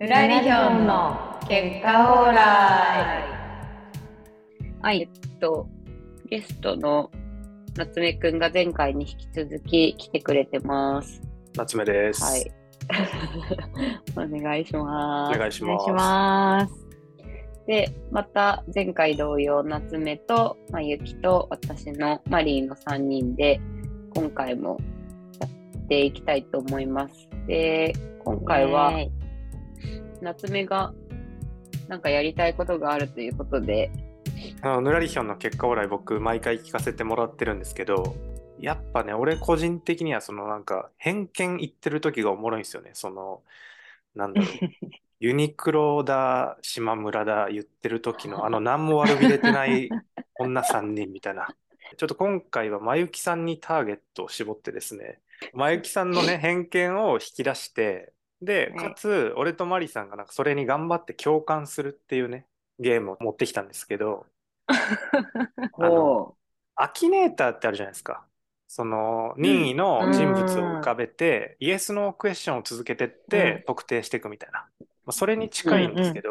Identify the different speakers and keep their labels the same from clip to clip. Speaker 1: 村リヒョンの結果オーライ
Speaker 2: はい、えっと、ゲストの夏目くんが前回に引き続き来てくれてます。
Speaker 3: 夏目です。
Speaker 2: はい。 お願いし
Speaker 3: お
Speaker 2: ます。
Speaker 3: 願いします。
Speaker 1: ます
Speaker 2: で、また前回同様、夏目と、まあ、ゆきと私のマリーの3人で、今回もやっていきたいと思います。で、今回は、夏目がなんかやりたいことがあるということで、
Speaker 3: あのぬらりひょんの結果オーライ僕毎回聞かせてもらってるんですけど、やっぱね、俺個人的にはそのなんか偏見言ってる時がおもろいんですよね。その、なんだろう。ユニクロだ、島村だ言ってる時のあの何も悪びれてない女3人みたいな。ちょっと今回はまゆきさんにターゲットを絞ってですね、まゆきさんのね、偏見を引き出して、で、
Speaker 2: はい
Speaker 3: かつ、俺とマリさんがなんかそれに頑張って共感するっていうね、ゲームを持ってきたんですけど、あの
Speaker 2: こ
Speaker 3: アキネーターってあるじゃないですか。その任意の人物を浮かべて、イエス・ノークエスチョンを続けてって、特定していくみたいな。まあ、それに近いんですけど、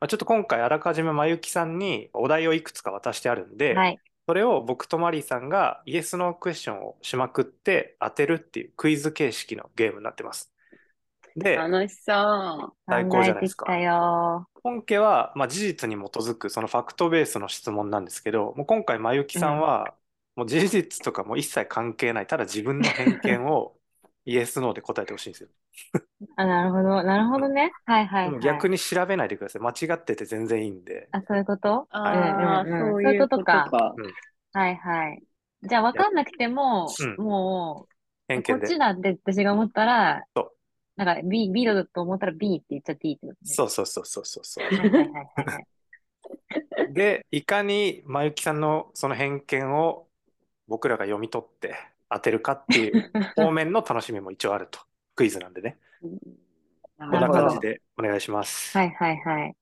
Speaker 3: まあ、ちょっと今回あらかじめまゆきさんにお題をいくつか渡してあるんで、
Speaker 1: はい
Speaker 3: それを僕とマリーさんがイエス・ノークエスチョンをしまくって当てるっていうクイズ形式のゲームになってます。
Speaker 2: う
Speaker 3: で、
Speaker 2: 楽しそう。
Speaker 3: 最
Speaker 1: 考
Speaker 3: 高じ
Speaker 1: え
Speaker 3: ゃない
Speaker 1: て
Speaker 3: で
Speaker 1: き
Speaker 3: すか
Speaker 1: たよ
Speaker 3: 本家は、まあ、事実に基づくそのファクトベースの質問なんですけどもう今回まゆきさんは、もう事実とかもう一切関係ないただ自分の偏見を イエス・ノーで答えてほしいんですよ、
Speaker 1: あなるほどなるほどねはいはい、
Speaker 3: で
Speaker 1: は
Speaker 3: も
Speaker 1: い、
Speaker 3: 逆に調べないでください間違ってて全然いいんで
Speaker 1: あそういうこと
Speaker 2: ああ、
Speaker 1: うんうんうん
Speaker 2: そう
Speaker 1: そう
Speaker 2: い
Speaker 1: いううこ
Speaker 2: こ
Speaker 1: とと
Speaker 2: か
Speaker 1: か。
Speaker 3: うん
Speaker 1: はいはいじゃあ分かんなくても、
Speaker 3: うん
Speaker 1: もう
Speaker 3: 偏
Speaker 1: こ
Speaker 3: 見
Speaker 1: っ
Speaker 3: で
Speaker 1: ちだって私が思ったら
Speaker 3: そう
Speaker 1: なんか B, B だと思ったら B って言っちゃっていいってことね
Speaker 3: そうそうそうそうそうそう
Speaker 1: はいはいはいはいはい
Speaker 3: でいかにまゆきさんのその偏見を僕らが読み取って当てるかっていう方面の楽しみも一応あるとクイズなんでね
Speaker 2: こ
Speaker 3: こん
Speaker 1: る
Speaker 3: な
Speaker 1: ほど
Speaker 3: 感じでお願いします、
Speaker 1: はいはいはい。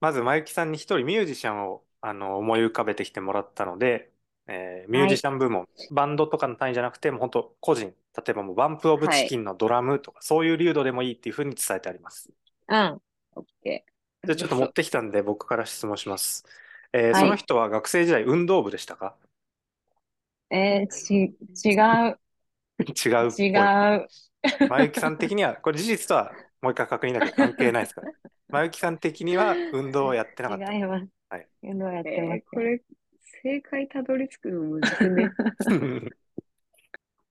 Speaker 3: まず、まゆきさんに一人ミュージシャンをあの思い浮かべてきてもらったので、えーミュージシャン部門、バンドとかの単位じゃなくて、もう本当、個人、例えばもう、バンプ・オブ・チキンのドラムとか、そういう流度でもいいっていうふうに伝えてあります。
Speaker 1: うん。
Speaker 2: オッケー。
Speaker 3: で、ちょっと持ってきたんで、僕から質問します。え
Speaker 1: は
Speaker 3: ー
Speaker 1: い
Speaker 3: その人は学生時代、運動部でしたか
Speaker 1: えー、ち、違 う、
Speaker 3: 違うっぽい。
Speaker 1: 違う。
Speaker 3: まゆきさん的には、これ事実とはもう一回確認だけど関係ないで すから。まゆきさん的には運動をやってなかった。
Speaker 1: 違います。
Speaker 3: はい。
Speaker 1: 運動やっ
Speaker 2: え
Speaker 1: てま
Speaker 2: ー
Speaker 1: す。
Speaker 2: これ、正解たどり着くのむずく ね。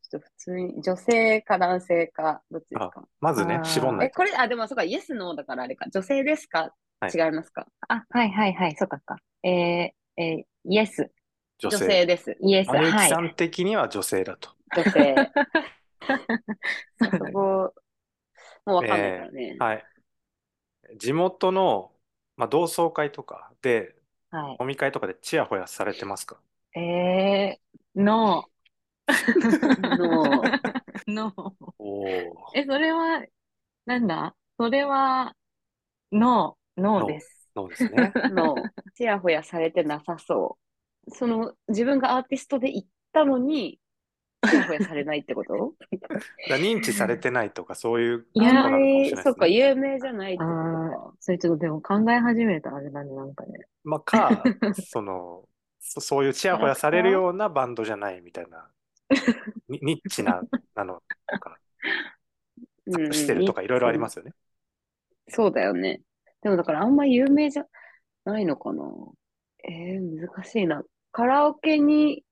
Speaker 2: ちょっと普通に、女性か男性か、どっちですか
Speaker 3: まず
Speaker 1: あ
Speaker 3: ね
Speaker 1: ー、
Speaker 3: 絞んな
Speaker 2: え、
Speaker 3: いと。
Speaker 2: これ、あ、でもそうか、イエス、ノーだからあれか。女性ですか
Speaker 3: はい
Speaker 2: 違いますか
Speaker 1: あ、はいはいはい、そっかそっか。えー、えー、イエス、
Speaker 3: 女
Speaker 2: 女
Speaker 3: 性。
Speaker 2: 性です。
Speaker 1: イエス、
Speaker 3: まゆ
Speaker 1: は
Speaker 3: き
Speaker 1: い
Speaker 3: さ。ん的には女性だと。
Speaker 2: 女 性。そこ、もうわかんないからね。
Speaker 3: はい。地元の、まあ、同窓会とかで、
Speaker 1: は
Speaker 3: 飲み会とかでチヤホヤされてますか
Speaker 1: い。えー、ノ
Speaker 2: ノー。
Speaker 1: ー。ノー。
Speaker 3: おお。
Speaker 1: え、それは、なんだそれは、ノー、ノーです。
Speaker 3: そ うですね。
Speaker 2: の、ちやほやされてなさそう。その、自分がアーティストで行ったのに、ちやほやされないってこと
Speaker 3: だから認知されてないとか、そういうこと
Speaker 1: いや
Speaker 3: な
Speaker 2: あ
Speaker 3: のか
Speaker 2: ん
Speaker 3: も
Speaker 2: まり
Speaker 3: しれない
Speaker 2: そ
Speaker 3: で
Speaker 2: っ
Speaker 3: す
Speaker 2: か、
Speaker 3: ね。
Speaker 2: 有名じゃないってこと
Speaker 1: あ
Speaker 2: か。
Speaker 1: それちょっとでも考え始めたらあれだね、なんかね。
Speaker 3: まあ、か、 その、そそういうチヤホヤされるようなバンドじゃないみた いな、にニッチな、なのとか、
Speaker 2: うんうん
Speaker 3: してるとか、いろいろありますよね。
Speaker 2: そうだよね。でもだからあんま有名じゃないのかな。えー、難しいな。カラオケに、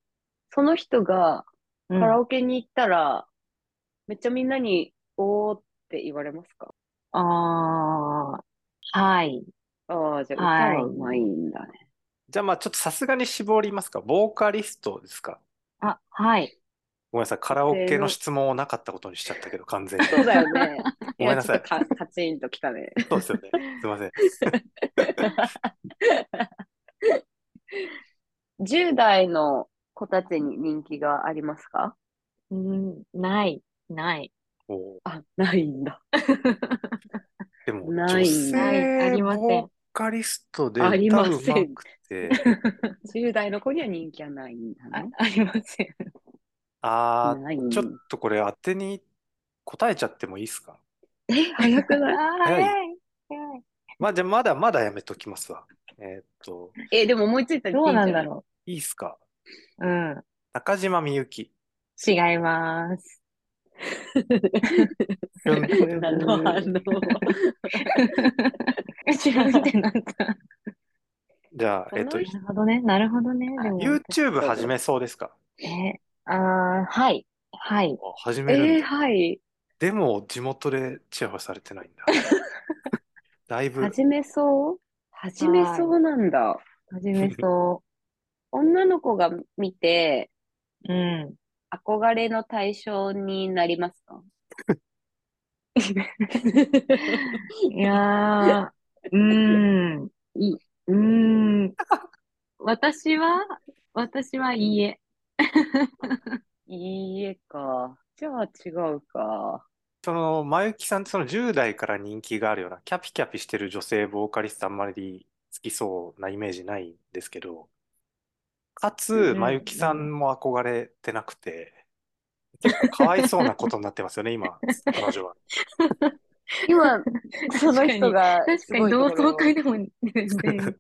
Speaker 2: その人が
Speaker 1: う
Speaker 2: カ
Speaker 1: ん
Speaker 2: ラオケに行ったら、めっちゃみんなに、おーって言われますか
Speaker 1: あー、はい。
Speaker 2: ああ、じゃ
Speaker 1: は
Speaker 2: あ
Speaker 1: い
Speaker 2: 歌はうまいんだね。
Speaker 3: じゃあ、まあ、ちょっとさすがに絞りますか。ボーカリストですか。
Speaker 1: あ、はい。
Speaker 3: ごめんなさい、カラオケの質問をなかったことにしちゃったけど、完全に。
Speaker 2: そうだ よね。
Speaker 3: ごめんなさい
Speaker 2: やちょっとかカチンときたね。
Speaker 3: そうですよね。すいません。
Speaker 2: 10代の子たちに人気がありますか
Speaker 1: うん、ない、ない。
Speaker 3: おお。
Speaker 2: あ、ないんだ。
Speaker 3: でも、
Speaker 2: ない
Speaker 3: 女性
Speaker 1: ないありません
Speaker 3: ボーカリストで
Speaker 2: あり
Speaker 3: 歌
Speaker 2: ま
Speaker 3: う
Speaker 2: せん
Speaker 3: まくて、
Speaker 2: 10代の子には人気はないんだ
Speaker 1: あ
Speaker 2: ね。
Speaker 1: ありません。
Speaker 3: あ
Speaker 2: ない
Speaker 3: ー、
Speaker 2: ん
Speaker 3: ち
Speaker 2: だ
Speaker 3: ょっとこれ当てに答えちゃってもいいですか
Speaker 2: え、早くない
Speaker 1: あー、
Speaker 3: 早い
Speaker 1: 早い。早い。
Speaker 3: まあ、じゃあ、まだまだやめときますわ。えーっと、
Speaker 2: え、でも思いついたら
Speaker 1: どうなんだ
Speaker 2: う。
Speaker 1: ろ
Speaker 3: いいっすか。
Speaker 1: う。うん。
Speaker 3: 中島みゆ き。
Speaker 1: 違います。
Speaker 2: あの 反応。
Speaker 1: 違うってなった。
Speaker 3: じゃあ、えーっと
Speaker 1: なるほ
Speaker 2: この、
Speaker 1: どね。なるほどね。でも、
Speaker 3: YouTube 始めそうですか。
Speaker 1: え、あー、はい。はい。
Speaker 3: あ始めるんだ
Speaker 2: えー、はい。
Speaker 3: でも、地元でチヤホヤされ てないんだ。だいぶ、
Speaker 2: 始めそう始めそうなんだ。
Speaker 1: 始め そ
Speaker 2: 女の子が見て、
Speaker 1: う。うん。
Speaker 2: 憧れの対象になりますか
Speaker 1: いやー、うーん。い、うーん。私は、私はいいえ。
Speaker 2: いいえか。じゃあ違うか。
Speaker 3: その、まゆきさんってその10代から人気があるような、キャピキャピしてる女性ボーカリストあんまり好きそうなイメージないんですけど、か
Speaker 1: うんう
Speaker 3: つ、
Speaker 1: ん
Speaker 3: まゆきさんも憧れてなくて、結構かわいそうなことになってますよね、今、彼女は。
Speaker 2: 今、その人が
Speaker 1: 確
Speaker 2: す
Speaker 1: か
Speaker 2: ご
Speaker 1: に
Speaker 2: いとこ
Speaker 1: 同
Speaker 2: ろ
Speaker 1: 窓会 でも全然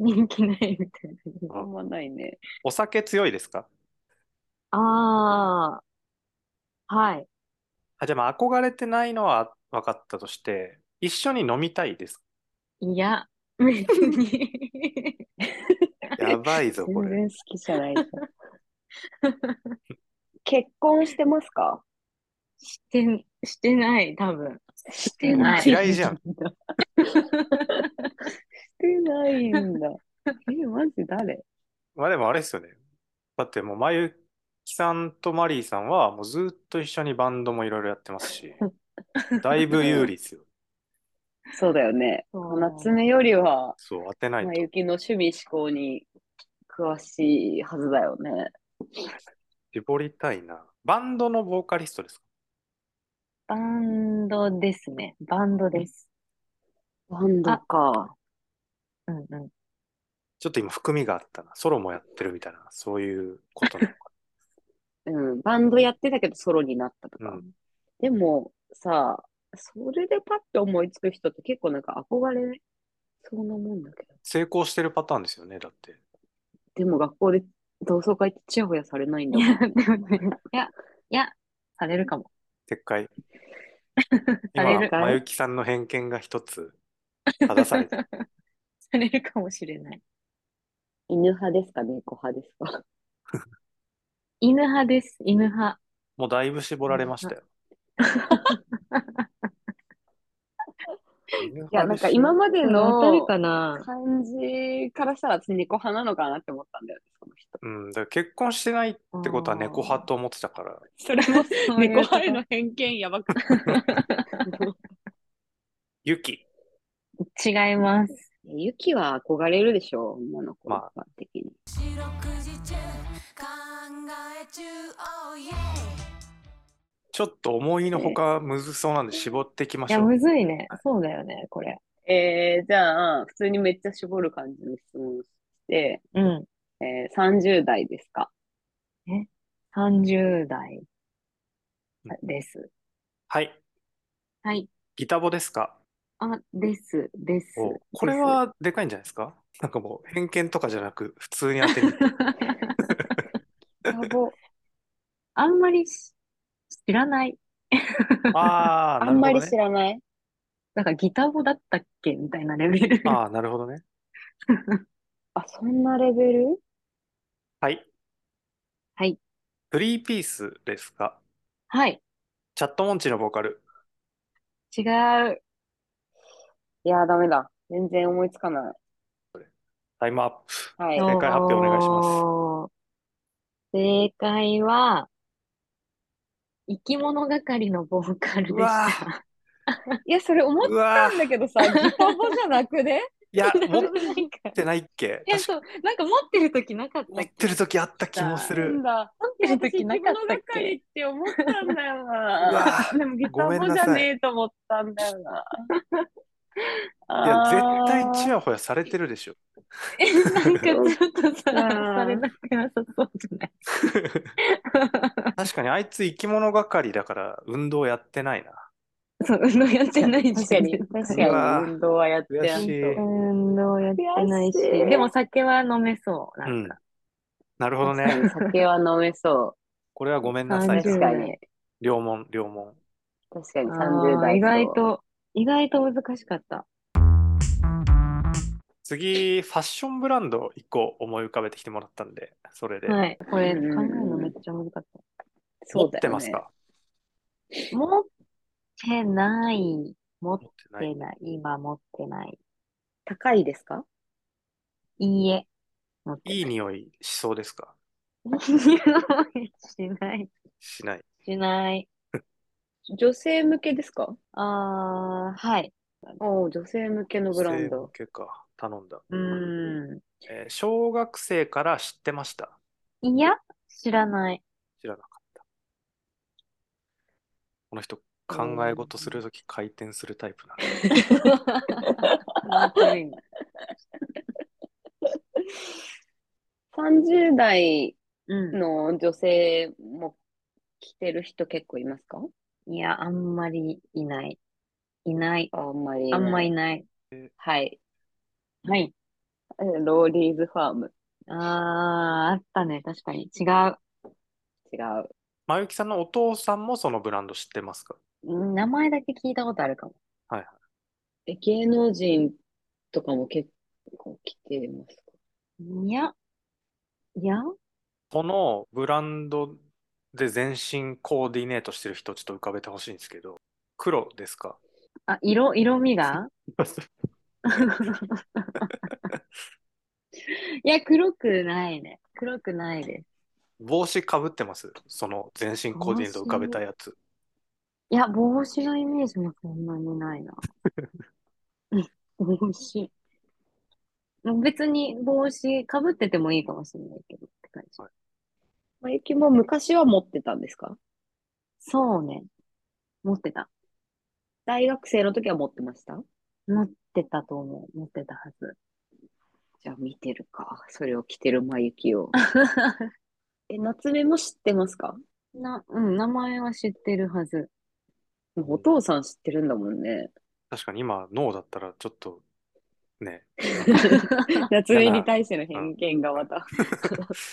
Speaker 1: 人気ないみたいな。
Speaker 2: あんまないね。
Speaker 3: お酒強いですか
Speaker 1: ああ、はい。
Speaker 3: あ、じゃあまあ憧れてないのは分かったとして、一緒に飲みたいです。
Speaker 1: いや、 別に。
Speaker 3: やばいぞ、こ
Speaker 2: 全
Speaker 3: れ。
Speaker 2: 然好きじゃないじゃん。結婚してますか
Speaker 1: して、してない、多分。
Speaker 2: して
Speaker 1: ない
Speaker 3: 嫌いじゃん。
Speaker 2: してないんだ。え、マジ誰
Speaker 3: まあでもあれですよね。だってもう、まゆきさんとマリーさんは、もうずっと一緒にバンドもいろいろやってま すし、だいぶ有利ですよ。
Speaker 2: そうだよね。
Speaker 1: そう
Speaker 2: 夏目よりは、
Speaker 3: そう、当てない
Speaker 2: ま
Speaker 3: と。
Speaker 2: ゆきの趣味思考に詳しいはずだよね。
Speaker 3: 絞りたいな。バンドのボーカリストですか
Speaker 1: バンドですね。バンドです。
Speaker 2: バンドか。
Speaker 1: うんうん。
Speaker 3: ちょっと今、含みがあったな。ソロもやってるみたいな、そういうこ となのか
Speaker 2: うん、バンドやってたけどソロになったと
Speaker 3: な。
Speaker 2: か
Speaker 3: う。ん。
Speaker 2: でもさ、それでパッと思いつく人って結構なんか憧れそうなもんだけど。
Speaker 3: 成功してるパターンですよね、だって。
Speaker 2: でも学校で同窓会ってチヤホヤされないんだ
Speaker 1: い
Speaker 2: もん
Speaker 1: や、でもね、いや、いや、されるかも。
Speaker 3: 撤 回。
Speaker 1: され
Speaker 3: 今
Speaker 1: る、
Speaker 3: まゆきさんの偏見が一つ、正された。
Speaker 1: されるかもしれない。
Speaker 2: 犬派ですか猫派ですか
Speaker 1: 犬派です、犬派。
Speaker 3: もうだいぶ絞られましたよ。い
Speaker 2: いや、なんか今までの
Speaker 1: 当たるかな
Speaker 2: 感じからしたら私猫派なのかなって思ったんだよね、その人。
Speaker 3: うん、だから結婚してないってことは猫派と思ってたから、
Speaker 2: それも
Speaker 1: そういう
Speaker 2: 猫
Speaker 1: こと
Speaker 2: 派への偏見やばくない
Speaker 3: ユキ。
Speaker 1: 違います。
Speaker 2: ユキは憧れるでしょ、女の子
Speaker 3: ま
Speaker 2: 一般的に。
Speaker 4: 四六時中考え中 Oh yeah
Speaker 3: ちょっと思いのほかむずそうなんで絞ってきま
Speaker 1: い
Speaker 3: し
Speaker 1: や、
Speaker 3: ょう。
Speaker 1: むずいね。そうだよね、これ。
Speaker 2: えー、じゃあ、普通にめっちゃ絞る感じの質問をして、
Speaker 1: うん。
Speaker 2: えー、30代ですか
Speaker 1: 30代です。
Speaker 3: はい。
Speaker 1: はい。
Speaker 3: ギタボですか
Speaker 1: あ、です、です。
Speaker 3: おこれはでかいんじゃないですかなんかもう偏見とかじゃなく、普通に当て に。
Speaker 2: やぼ。
Speaker 1: あんまりし知らない。
Speaker 3: あ
Speaker 2: あ
Speaker 3: あ、なんる
Speaker 2: ま
Speaker 3: ほど
Speaker 2: り
Speaker 3: ね
Speaker 2: 知。らない。
Speaker 1: なんかギターボだったっけみたいなレベル。
Speaker 3: ああ、なるほどね。
Speaker 2: あ、そんなレベル
Speaker 3: はい。
Speaker 1: はい。
Speaker 3: スリーピースですか
Speaker 1: はい。
Speaker 3: チャットモンチーのボーカル。
Speaker 1: 違う。
Speaker 2: いやー、ダメだ。全然思いつかない。
Speaker 3: タイムアップ。
Speaker 2: はい。
Speaker 3: 正解発表お願いします
Speaker 1: す。正解は、生き物係のボーカルで
Speaker 3: う
Speaker 1: し
Speaker 3: わ
Speaker 1: た。
Speaker 3: ー
Speaker 2: いや、それ思っ
Speaker 3: うわ
Speaker 2: たん
Speaker 3: ー
Speaker 2: だけどさ、ギタボじゃなくね
Speaker 3: いや、持
Speaker 1: な
Speaker 3: っ
Speaker 1: んか、 い
Speaker 3: てないっけ
Speaker 1: や、
Speaker 3: 確か
Speaker 1: そう、なんか持ってる時なかった
Speaker 3: 持
Speaker 1: っ
Speaker 3: っ
Speaker 1: け
Speaker 3: てる時あった気もす
Speaker 2: なん
Speaker 3: る。
Speaker 2: だ。
Speaker 1: 持ってる時なかったっ
Speaker 2: いや私生
Speaker 1: け
Speaker 2: き物係って思ったんだよ
Speaker 3: うわ
Speaker 2: な。でもギタ
Speaker 3: ご
Speaker 2: ー
Speaker 3: めん
Speaker 2: ボ
Speaker 3: な
Speaker 2: じ
Speaker 3: さい
Speaker 2: ゃねえと思ったんだよな。
Speaker 3: いや、絶
Speaker 2: あー
Speaker 3: 対チヤホヤされてるでしょ。
Speaker 1: なんかちょっとさ、
Speaker 2: うん
Speaker 1: されなくなさそうじゃない
Speaker 3: 確かにあいつ生き物係だから運動やってないな。
Speaker 1: そう、運動やってない
Speaker 2: 確かに、
Speaker 1: 確
Speaker 2: 確
Speaker 3: う
Speaker 2: か
Speaker 3: わ
Speaker 2: に運動はやってやん
Speaker 3: 悔しい。
Speaker 2: と。
Speaker 1: 運動やってないし、
Speaker 2: 悔しい
Speaker 1: でも酒は飲めそう。な
Speaker 3: うんん
Speaker 1: か、。
Speaker 3: なるほ ど
Speaker 2: 確
Speaker 3: ね。
Speaker 2: かに酒は飲めそ
Speaker 3: これはごめんな
Speaker 2: う。
Speaker 3: さい
Speaker 1: 30。
Speaker 2: 確かに、
Speaker 3: 両門、両門。
Speaker 2: 確かに
Speaker 1: あ
Speaker 2: 30
Speaker 1: ー
Speaker 2: 代。
Speaker 1: 意外。と、意外と難しかった。
Speaker 3: 次、ファッションブランド一個思い浮かべてきてもらったんで、それで。
Speaker 1: はい。これ、考
Speaker 2: う
Speaker 1: え
Speaker 2: ん
Speaker 1: る
Speaker 2: うんうん
Speaker 1: のめっちゃ難かっ
Speaker 2: そ
Speaker 3: 持
Speaker 2: う
Speaker 3: っ
Speaker 2: だよね
Speaker 3: てますか
Speaker 1: た。持ってない。持っ
Speaker 3: 持ってない
Speaker 1: て。ない。今持ってない。
Speaker 2: 高いですか
Speaker 1: いいえ。持ってない
Speaker 3: いい匂いしそうですか
Speaker 1: しない。
Speaker 3: しない。
Speaker 1: しない。
Speaker 2: 女性向けですか
Speaker 1: あー、はい。
Speaker 2: おー女性向けのブラン ド。
Speaker 3: 結か、頼んだ、
Speaker 1: うーん。
Speaker 3: えー小学生から知ってました。
Speaker 1: いや、知らない。
Speaker 3: 知らなかった。この人、考え事するとき回転するタイプなんで。
Speaker 2: 30代
Speaker 1: う
Speaker 2: の女性も着てる人結構いますか
Speaker 1: ん。いや、あんまりいない。いない。
Speaker 2: あんまり。
Speaker 1: あんまい
Speaker 2: い。
Speaker 1: ない。
Speaker 2: はい。
Speaker 1: はい。
Speaker 2: えローリーズファーム。
Speaker 1: あー、あったね。確かに。違
Speaker 2: 違う。
Speaker 3: まゆきさんのお父さんもそのブランド知ってますか
Speaker 1: う。名前だけ聞いたことあるかも。
Speaker 2: え芸能人とかも結構着てますか
Speaker 1: いや、いや、
Speaker 3: このブランドで全身コーディネートしてる人、ちょっと浮かべてほしいんですけど、黒ですか
Speaker 1: あ、色、色味が いや、黒くないね。黒くないです。
Speaker 3: 帽子かぶってますその全身コーディネート浮かべたやつ。
Speaker 1: いや、帽子のイメージもそんなに ないな。うん帽子。別に帽子かぶっててもいいかもしれないけどって感じ。
Speaker 2: まゆきも昔は持ってたんですか
Speaker 1: そうね。持ってた。
Speaker 2: 大学生の時は持ってました
Speaker 1: 持ってたと思う。持ってたはず。
Speaker 2: じゃあ見てるか。それを着てるまゆき を。え、夏目も知ってますか
Speaker 1: な、うん、名前は知ってるはず。
Speaker 2: もうお父さん知ってるんだもん ね。
Speaker 3: 確かに今、脳だったらちょっと、ね、
Speaker 2: 夏目に対しての偏見がまた。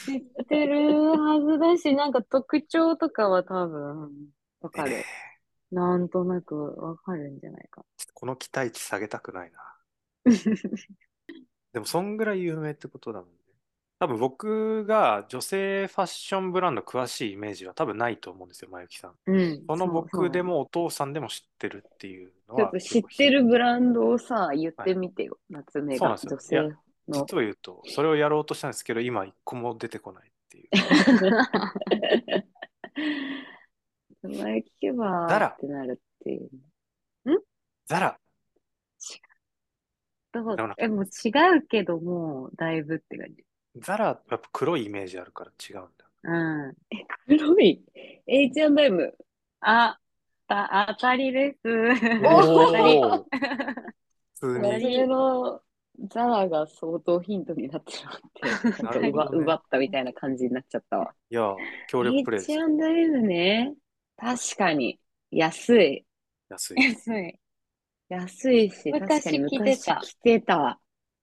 Speaker 1: 知ってるはずだし、 なんか特徴とかは多分、
Speaker 2: わかる。
Speaker 1: なんとなくわかるんじゃないか。
Speaker 3: この期待値下げたくないな。でも、そんぐらい有名ってことだもんね。多分僕が女性ファッションブランド詳しいイメージは多分ないと思うんですよ、まゆきさん。
Speaker 1: うん。
Speaker 3: その
Speaker 1: う
Speaker 3: 僕で。
Speaker 1: そう
Speaker 3: もお父さんでも知ってるっていうの
Speaker 2: ちょっ
Speaker 3: は
Speaker 2: と知ってるブランドをさ、言ってみてよ。夏目が
Speaker 3: そうなん
Speaker 2: 女
Speaker 3: ですよ
Speaker 2: 性の。
Speaker 3: 実を言うと、それをやろうとしたんですけど、今一個も出てこないって いう。
Speaker 2: 名前聞けば
Speaker 3: ザラ
Speaker 2: ってなるって いう。
Speaker 3: ザラ
Speaker 1: どう
Speaker 3: でもなんか
Speaker 1: え、もう違うけど、もう、だいぶって感じ。
Speaker 3: ザラ、やっぱ黒いイメージあるから違うんだ。
Speaker 1: うん。
Speaker 2: 黒い H&M。
Speaker 1: あ、た、当たりです。当たり
Speaker 3: おお普通
Speaker 2: 夏
Speaker 3: に。
Speaker 2: 目のザラが相当ヒントになってしまって、
Speaker 3: な
Speaker 2: ちょっと
Speaker 3: るほ
Speaker 2: 奪
Speaker 3: ど ね
Speaker 2: 奪ったみたいな感じになっちゃったわ。
Speaker 3: いや、協力プレイです。
Speaker 2: H&M ね。確かに。安い。
Speaker 3: 安い。い
Speaker 1: 安い。
Speaker 2: 安いし、確かに
Speaker 1: 昔着てた
Speaker 2: 昔着てたわ。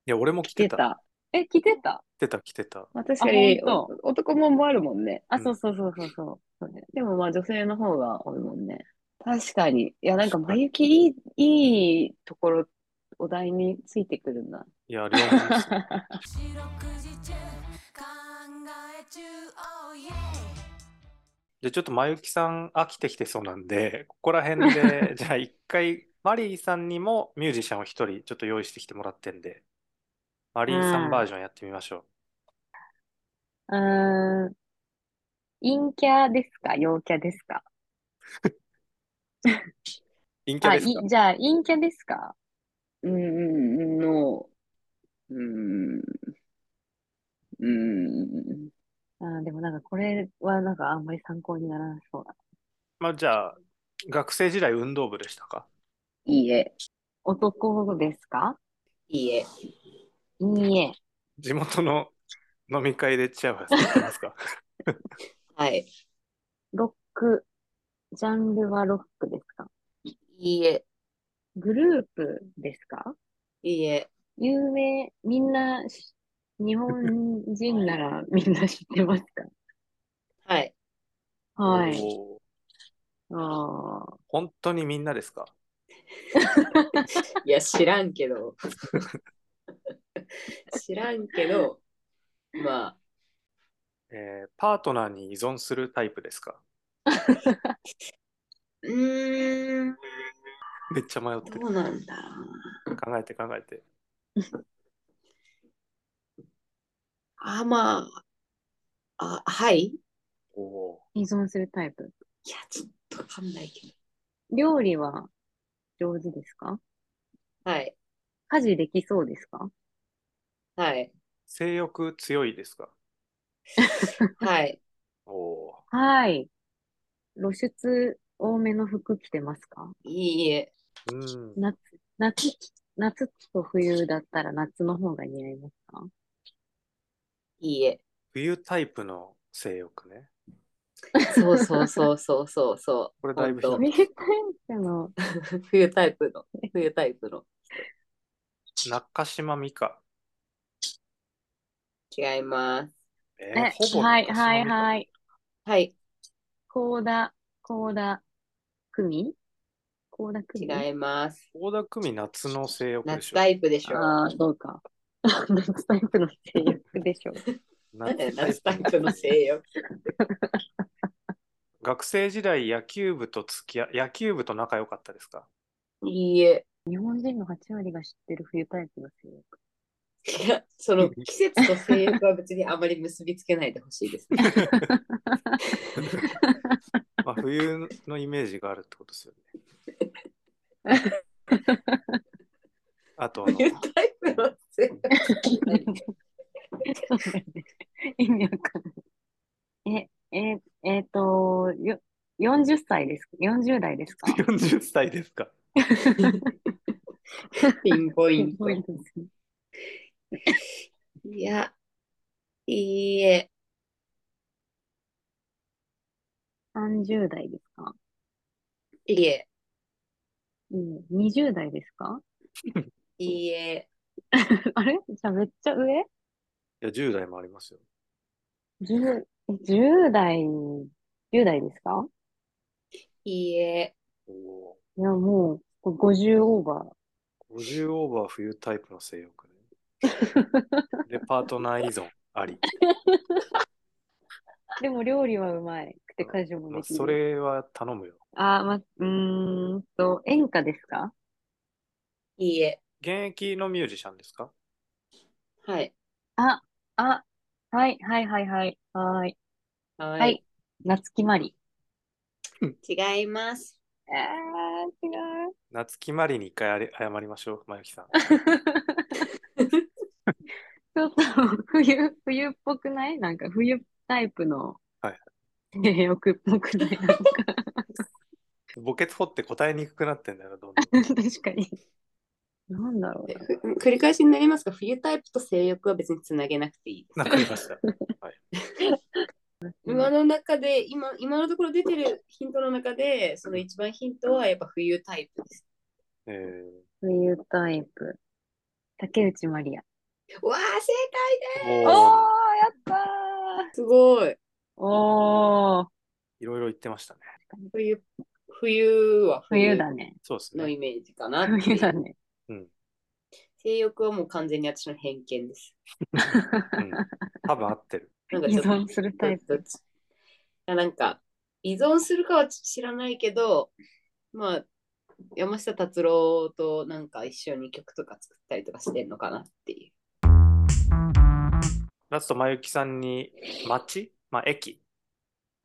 Speaker 3: や、俺も
Speaker 2: 着
Speaker 3: 来
Speaker 2: て
Speaker 3: てた。来
Speaker 2: た。
Speaker 1: え、着てた
Speaker 3: てた、来てた。
Speaker 2: まあ、確かに
Speaker 1: あ本
Speaker 2: お男もんもあるもんね。
Speaker 1: あ、
Speaker 3: うん
Speaker 1: そうそうそうそうそう。そうね
Speaker 2: でもまあ女性の方が多いもんね。確かに。いや、なんか眉毛いい、いいところ、お題についてくるんだ。
Speaker 3: いや、両方です
Speaker 4: 四六時中考え中 Oh yeah
Speaker 3: で、ちょっとまゆきさん飽きてきてそうなん で、ここら辺で、じゃあ一回、マリーさんにもミュージシャンを一人ちょっと用意してきてもらってんで、マリーさ
Speaker 1: うん
Speaker 3: んバージョンやってみましょ
Speaker 1: う
Speaker 3: う。
Speaker 1: ーん。陰キャですか陽キャですか
Speaker 3: 陰キャ
Speaker 1: あ、
Speaker 3: です
Speaker 1: い
Speaker 3: か、
Speaker 1: じゃあ、陰キャですか
Speaker 2: うんうんうん、の、うん、うん、
Speaker 1: あー、でもなんかこれはなんかあんまり参考にならなそうだ。
Speaker 3: まあ、じゃあ、学生時代運動部でしたか
Speaker 2: いいえ、
Speaker 1: 男ですか
Speaker 2: いいえ。
Speaker 1: いいえ。
Speaker 3: 地元の飲み会でチヤホヤされてますか
Speaker 2: はい。
Speaker 1: ロック。ジャンルはロックですか
Speaker 2: いいいえ、
Speaker 1: グループですか
Speaker 2: いいえ。
Speaker 1: 有名、みんなし、日本人ならみんな知ってます
Speaker 2: はい。
Speaker 1: か はい。
Speaker 3: おー
Speaker 1: ああ。
Speaker 3: 本当にみんなですか
Speaker 2: いや、知らんけ ど。知らんけど、まあ、
Speaker 3: えーパートナーに依存するタイプですか
Speaker 2: うーん、
Speaker 3: めっちゃ迷ってる。
Speaker 2: どうなんだろ
Speaker 3: 考えて考えて。
Speaker 2: うなあ、まあ、あ、はい。い
Speaker 3: おお
Speaker 1: 依存するタイプ。
Speaker 2: や、ちょっとわかんないけど。
Speaker 1: 料理は上手ですか
Speaker 2: はい、
Speaker 1: 家事できそうですか
Speaker 2: はい、
Speaker 3: 性欲強いですか
Speaker 2: はい。
Speaker 3: おお
Speaker 1: はい。露出多めの服着てますか
Speaker 2: いいえ、
Speaker 3: ー。うん。
Speaker 1: 夏、夏、夏と冬だったら夏の方が似合いますか
Speaker 2: いいえ。
Speaker 3: 冬タイプの性欲ね。
Speaker 2: そうそうそうそうそうそう。
Speaker 3: これだいぶひ
Speaker 2: ほ
Speaker 3: ど
Speaker 2: ん
Speaker 1: 冬タイプの、
Speaker 2: と冬タイプの、冬タイプの。
Speaker 3: 中島美嘉。
Speaker 2: 違います。
Speaker 3: えー
Speaker 1: え、
Speaker 3: ほぼ
Speaker 1: はい、
Speaker 3: 中島
Speaker 1: はい、
Speaker 3: 美嘉
Speaker 1: はい。
Speaker 2: はい、
Speaker 1: 高田、高田組高田組
Speaker 2: 違います。
Speaker 3: 大田久美夏の性欲で
Speaker 2: 夏
Speaker 3: しょ。
Speaker 2: タイプでしょ。
Speaker 1: ああ、どうか。 夏タイプの制約でしょう。
Speaker 2: なんだよ
Speaker 3: 夏タイプ
Speaker 2: 夏タイプの性欲。
Speaker 3: 学生時代野球部と付き合い、野球部と仲良かったですか
Speaker 2: いいえ。
Speaker 1: 日本人の8割が知ってる冬タイプの制約。
Speaker 2: いや、その季節と性欲は別にあまり結びつけないでほしいです ね。
Speaker 3: まあ、冬のイメージがあるってことですよね。 あとあの、
Speaker 2: 冬タイプの性欲。
Speaker 1: 意味わかんない。え、え、えっと、よ、40歳です。40代ですか
Speaker 3: 40歳ですか。
Speaker 2: ピンポイント
Speaker 1: 多。いですね
Speaker 2: いや、いいえ。
Speaker 1: 30代ですか
Speaker 2: いいえ。
Speaker 1: うん、20代ですか
Speaker 2: いいえ。
Speaker 1: あれじゃあめっちゃ上
Speaker 3: いや、10代もありますよ。
Speaker 1: 10、え10代、10代ですか
Speaker 2: いいえ。
Speaker 3: おー
Speaker 1: いや、もう、50オーバー。
Speaker 3: 50オーバー冬タイプの性欲ね。 で、パートナー依存あり。
Speaker 1: でも料理はうまいくて家事も
Speaker 3: まあ
Speaker 1: できる。
Speaker 3: それは頼むよ。
Speaker 1: あー、ま、うーんと、演歌ですか
Speaker 2: いいえ。
Speaker 3: 現役のミュージシャンですか
Speaker 2: はい。
Speaker 1: あ、あ、はい、はい、はい、はい、はーい。
Speaker 2: は
Speaker 1: はい。夏木マリ。
Speaker 2: 違います。
Speaker 1: えー、違う。
Speaker 3: 夏木マリに一回あれ謝りましょう、まゆきさん。
Speaker 1: ちょっと冬、冬っぽくないなんか冬タイプの
Speaker 3: はい
Speaker 1: 性 欲っぽくないなんか
Speaker 3: 墓穴掘って答えにくくなってんだよな、どんどん。
Speaker 1: 確かに。なんだろうな。
Speaker 2: 繰り返しになりますが、冬タイプと性欲は別につなげなくていいで す。
Speaker 3: わかりました。
Speaker 2: 今の中で、今、今のところ出てるヒントの中で、その一番ヒントはやっぱ冬タイプです。
Speaker 3: え
Speaker 1: 冬タイプ。竹内まりや。
Speaker 2: わあ、正
Speaker 3: ー、
Speaker 1: おー、や
Speaker 3: もう
Speaker 1: った
Speaker 2: 解すごい
Speaker 1: ーおー、
Speaker 3: いろいろ言ってましたね。
Speaker 2: 冬、冬は
Speaker 1: 冬だね。
Speaker 3: そうです
Speaker 2: の
Speaker 3: ね。
Speaker 2: イメージかなってい
Speaker 1: 冬
Speaker 2: う。
Speaker 1: だね。
Speaker 2: 性欲はもう完全に私の偏見です。
Speaker 3: うん、多分合ってる。
Speaker 2: なんか
Speaker 1: 依
Speaker 2: ちょっと、
Speaker 1: 存するタイプ。
Speaker 2: どっちいやなんか、依存するかは知らないけど、まあ、山下達郎となんか一緒に曲とか作ったりとかしてんのかなっていう。
Speaker 3: ラスト、まゆきさんに町、まあ、駅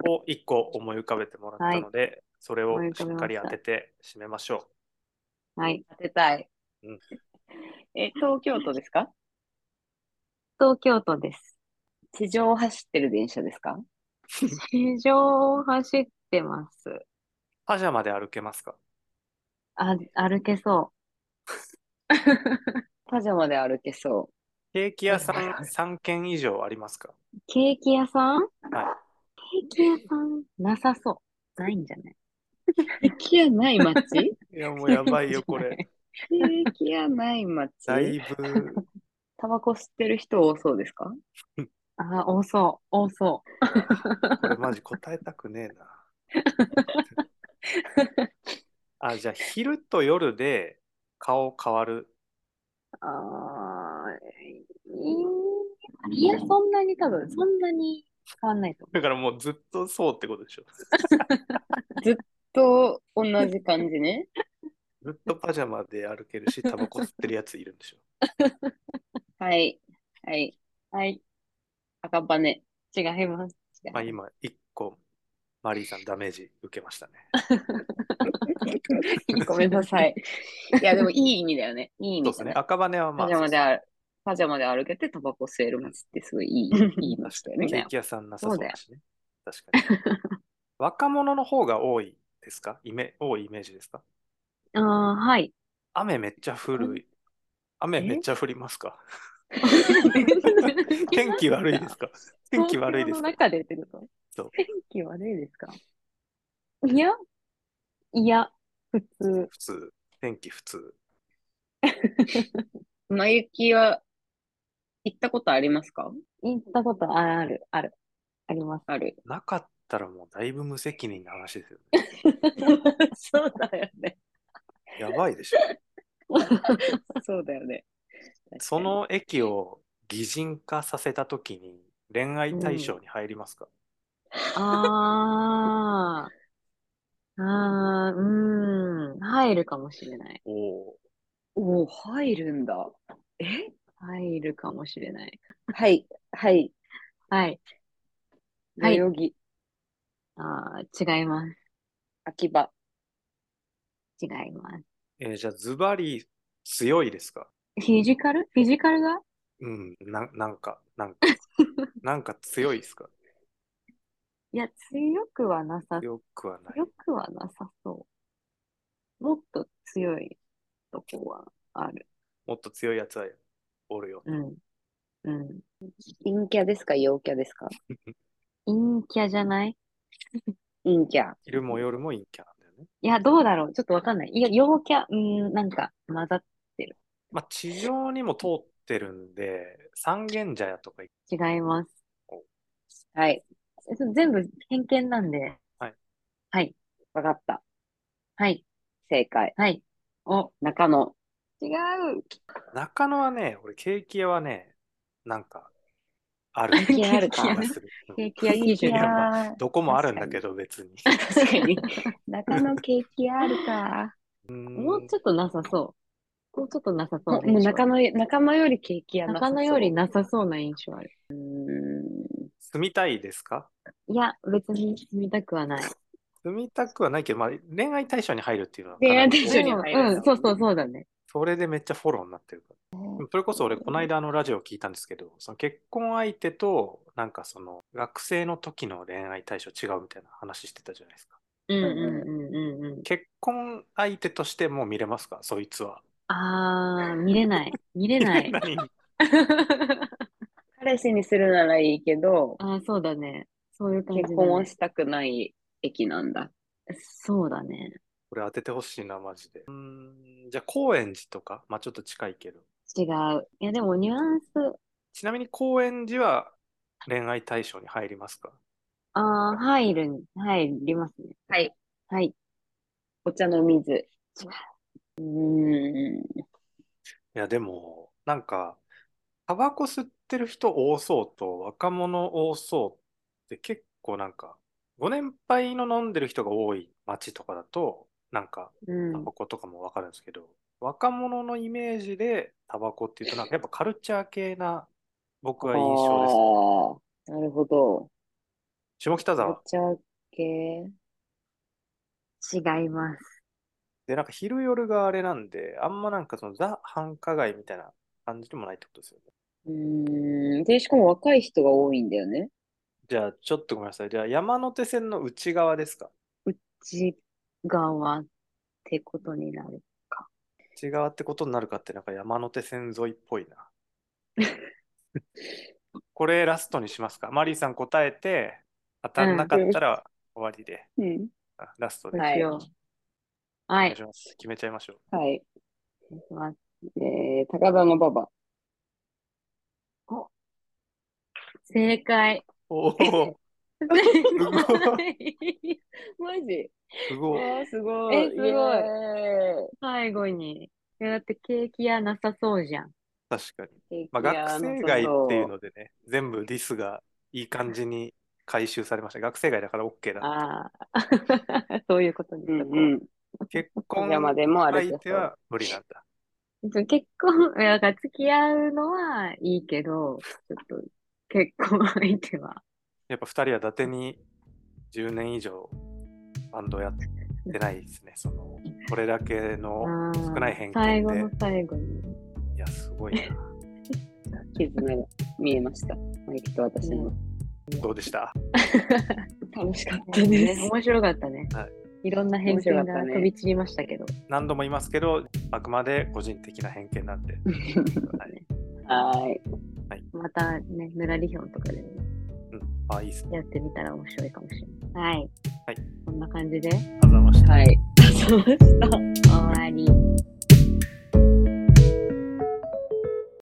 Speaker 3: を一個思い浮かべてもらったので、それを
Speaker 1: 思い浮
Speaker 3: し
Speaker 1: かべ
Speaker 3: っ
Speaker 1: ました
Speaker 3: かり当てて締めましょ
Speaker 1: はい。
Speaker 2: 当てたい。
Speaker 3: うん
Speaker 2: え、東京都ですか
Speaker 1: 東京都です。
Speaker 2: 地上を走ってる電車ですか
Speaker 1: 地上を走ってます。
Speaker 3: う。パジャマで歩けますか
Speaker 1: あ、歩けそ
Speaker 2: パジャマで歩けそ
Speaker 3: ケーキ屋さん3軒以上あ りますか
Speaker 1: う。ケーキ屋さん
Speaker 3: は
Speaker 1: ケーキ屋さんなさそう。ないんじゃない
Speaker 2: きやない 街
Speaker 3: いや、もうやばいよ、これ。
Speaker 2: きやない
Speaker 3: だい
Speaker 2: 街
Speaker 3: ぶ、
Speaker 2: タバコ吸ってる人多そうですか
Speaker 1: あ、多そう、多 そ
Speaker 3: これマジ答えたくねえな。あ、じゃあ、昼と夜で顔変わる。
Speaker 1: う。あーいや、そんなに多分、そんなに変わんないと
Speaker 3: だからもうずっとそうってことでしょ。
Speaker 2: と同じ感じね。
Speaker 3: ずっとパジャマで歩けるし、タバコ吸ってるやついるんでしょ。
Speaker 2: はい。はい。はい。赤羽。
Speaker 1: 思う。違います。
Speaker 3: まあ今、一個、マリーさんダメージ受けましたね。
Speaker 2: ごめんなさい。いや、でもいい意味だよね。いい意
Speaker 3: そう
Speaker 2: 味
Speaker 3: です
Speaker 2: だ
Speaker 3: ね。
Speaker 2: ね。
Speaker 3: 赤羽はま
Speaker 2: パ
Speaker 3: あ、
Speaker 2: ジャマである。パジャマで歩けてタバコ吸える街ってすごいいい、いい街だよ
Speaker 3: ケー
Speaker 2: ね。
Speaker 3: キ屋さんなさそうだしね。確かに。 若者の方が多いですかイメ多いイメージですか
Speaker 1: ああ、はい。
Speaker 3: 雨めっちゃ降る。雨めっちゃ降りますか天気悪 いですか天気悪い
Speaker 1: 東京
Speaker 3: で
Speaker 1: の
Speaker 3: すか
Speaker 1: 中でってこと
Speaker 3: そう
Speaker 1: 天気悪いですかいや、いや、普通。
Speaker 3: 普通。天気普通。
Speaker 2: まゆきは行ったことありますか
Speaker 1: 行ったことあある、ある、あります。
Speaker 2: ある。
Speaker 3: なかったらもうだいぶ無責任な話ですよね。
Speaker 2: そうだよね。
Speaker 3: やばいでしょ。
Speaker 2: そうだよね。
Speaker 3: その駅を擬人化させたときに恋愛対象に入りますか、
Speaker 1: ああ、ああ、うん、入るかもしれない。
Speaker 3: おお
Speaker 2: おお、入るんだ。
Speaker 1: 入るかもしれない。
Speaker 2: はい、はい、
Speaker 1: はい。は
Speaker 2: 代
Speaker 1: い。
Speaker 2: 々木、
Speaker 1: ああ、違います。
Speaker 2: 秋葉。
Speaker 1: 違います。
Speaker 3: えーじゃあズバリ強いですか
Speaker 1: フィジカルフィジカルが
Speaker 3: うん、な、なんか、なんか、なんか強いですか
Speaker 1: いや、強くはなさ
Speaker 3: 強くはない。
Speaker 1: 強くはなさそう。もっと強いとこはある。
Speaker 3: もっと強いやつはおるよ。
Speaker 1: うん。うん。
Speaker 2: 陰キャですか陽キャですか
Speaker 1: 陰キャじゃない
Speaker 2: 陰キャ。
Speaker 3: 昼も夜も陰キャなんだよね。
Speaker 1: いや、どうだろう。ちょっとわかんない。いや、陽キャ、うーん、なんか、混ざっ、
Speaker 3: まあ、地上にも通ってるんで、三軒茶屋とか行く
Speaker 1: 違います。
Speaker 2: はい、
Speaker 1: えそ全部偏見なんで。
Speaker 2: わかった。
Speaker 1: はい。
Speaker 2: 正解。
Speaker 1: はい。
Speaker 2: お、中野。
Speaker 1: 違う。
Speaker 3: 中野はね、俺、ケーキ屋はね、なんか、ある。
Speaker 2: ケーキ 屋あるか
Speaker 3: 気がするうん
Speaker 1: ケーキ屋基準
Speaker 3: い。やまどこもあるんだけど、別に。
Speaker 2: 確かに。中野ケーキ屋ある か。
Speaker 1: もうち
Speaker 3: ょ
Speaker 1: ょっ
Speaker 3: っ
Speaker 1: となさそう。もうちょっとなさそうな
Speaker 2: もうもう
Speaker 1: 印象
Speaker 2: 中野、中野よりケーキ屋な
Speaker 1: 中
Speaker 2: さそう
Speaker 1: 野よりなさそうな印象ある。
Speaker 3: 住みたいですか
Speaker 1: いや、別に住みたくは ない。
Speaker 3: 住みたくはないけど、まあ、恋愛対象に入るっていうのはか
Speaker 2: 恋
Speaker 3: な
Speaker 2: 愛
Speaker 3: り、
Speaker 2: 対象に入る
Speaker 1: うん、うんそうそうそうだね。
Speaker 3: それでめっちゃフォローになってるから。それこそ俺、この間あのラジオ聞いたんですけど、その結婚相手と、なんかその、学生の時の恋愛対象違うみたいな話してたじゃないですか。
Speaker 1: うんうんうんうんうん。
Speaker 3: 結婚相手としてもう見れますかそいつは。
Speaker 1: あー、見れない。見れない。
Speaker 3: 何
Speaker 2: 彼氏にするならいいけど、
Speaker 1: あー、そうだね。そういう感じ
Speaker 2: 結
Speaker 1: だね
Speaker 2: 婚をしたくない駅なんだ。
Speaker 1: そうだね。
Speaker 3: これ当ててほしいな、マジで。うーん、じゃあ、高円寺とか、まあちょっと近いけど。
Speaker 1: 違う。いや、でもニュアンス、
Speaker 3: ちなみに高円寺は恋愛対象に入りますか
Speaker 1: あー、入る、入りますね。
Speaker 2: はい。
Speaker 1: はい。
Speaker 2: お茶の水。うーん。
Speaker 3: いや、でも、なんか、タバコ吸ってる人多そうと、若者多そうって結構なんか、ご年配の飲んでる人が多い街とかだと、なんか、
Speaker 1: う
Speaker 3: タ
Speaker 1: ん。
Speaker 3: バコとかもわかるんですけど、若者のイメージでタバコっていうと、なんかやっぱカルチャー系な、僕は印象ですね。
Speaker 2: あーなるほど。
Speaker 3: 下北
Speaker 2: お
Speaker 3: 沢。
Speaker 2: 茶系。
Speaker 1: 違います。
Speaker 3: で、なんか昼夜があれなんで、あんまなんかそのザ繁華街みたいな感じでもないってことですよね。
Speaker 2: うーん。で、しかも若い人が多いんだよね。
Speaker 3: じゃあ、ちょっとごめんなさい。じゃあ、山手線の内側ですか
Speaker 1: 内側ってことになる。
Speaker 3: 内側ってことになるかって、なんか山手線沿いっぽいな。 これラストにしますかマリーさん答えて、当たんなかったら終わりで。
Speaker 2: うん。
Speaker 3: あラストで。
Speaker 2: はい
Speaker 1: よは
Speaker 3: お願
Speaker 1: い
Speaker 3: い。します。決めちゃいましょう。
Speaker 2: はい。いきますえー、高田の馬場。
Speaker 1: 正 解。
Speaker 3: おお、
Speaker 1: す
Speaker 3: ごい
Speaker 1: ごい。
Speaker 2: マジ
Speaker 3: すごい。
Speaker 2: え、すご
Speaker 1: い
Speaker 2: え、すごい。
Speaker 1: イエ最後に。いや、だってケーキ屋なさそうじゃん。
Speaker 3: 確かに。
Speaker 2: え
Speaker 3: まあ、学生街っていうのでね、全部ディスがいい感じに回収されました。学生街だから OK だ。
Speaker 1: ああ。 そういうことにし
Speaker 2: うん
Speaker 1: とこう
Speaker 2: うん。
Speaker 3: 結婚
Speaker 2: 今までもあれ
Speaker 3: 相手は無理なんだ。
Speaker 1: そう結婚、いや、付き合うのはいいけど、ちょっと、結婚相手は。
Speaker 3: やっぱ2人は伊達に10年以上バンドやってないですね。そのこれだけの
Speaker 1: あー
Speaker 3: 少ない偏
Speaker 1: 最
Speaker 3: 見
Speaker 1: 後
Speaker 3: で
Speaker 1: の。最後に。
Speaker 3: いや、すごいな。
Speaker 2: 絆が見えました。マイキと私の。
Speaker 3: どうでした
Speaker 2: 楽しかった
Speaker 1: ね
Speaker 2: です。
Speaker 1: 面白かったね。、
Speaker 3: はい
Speaker 1: ろんな偏見
Speaker 2: 面白かっ
Speaker 1: が
Speaker 2: たね
Speaker 1: 飛び散りましたけど。
Speaker 3: 何度も言いますけど、あくまで個人的な偏 見なんで。はい
Speaker 2: はい。
Speaker 1: またね、ぬらりひょんとかでも
Speaker 3: うん、あ、いいですね。
Speaker 1: やってみたら面白いかもしれない。はい。
Speaker 3: はい
Speaker 1: こんな感じで
Speaker 3: ありがとうございました。
Speaker 2: はい。
Speaker 1: 終わり。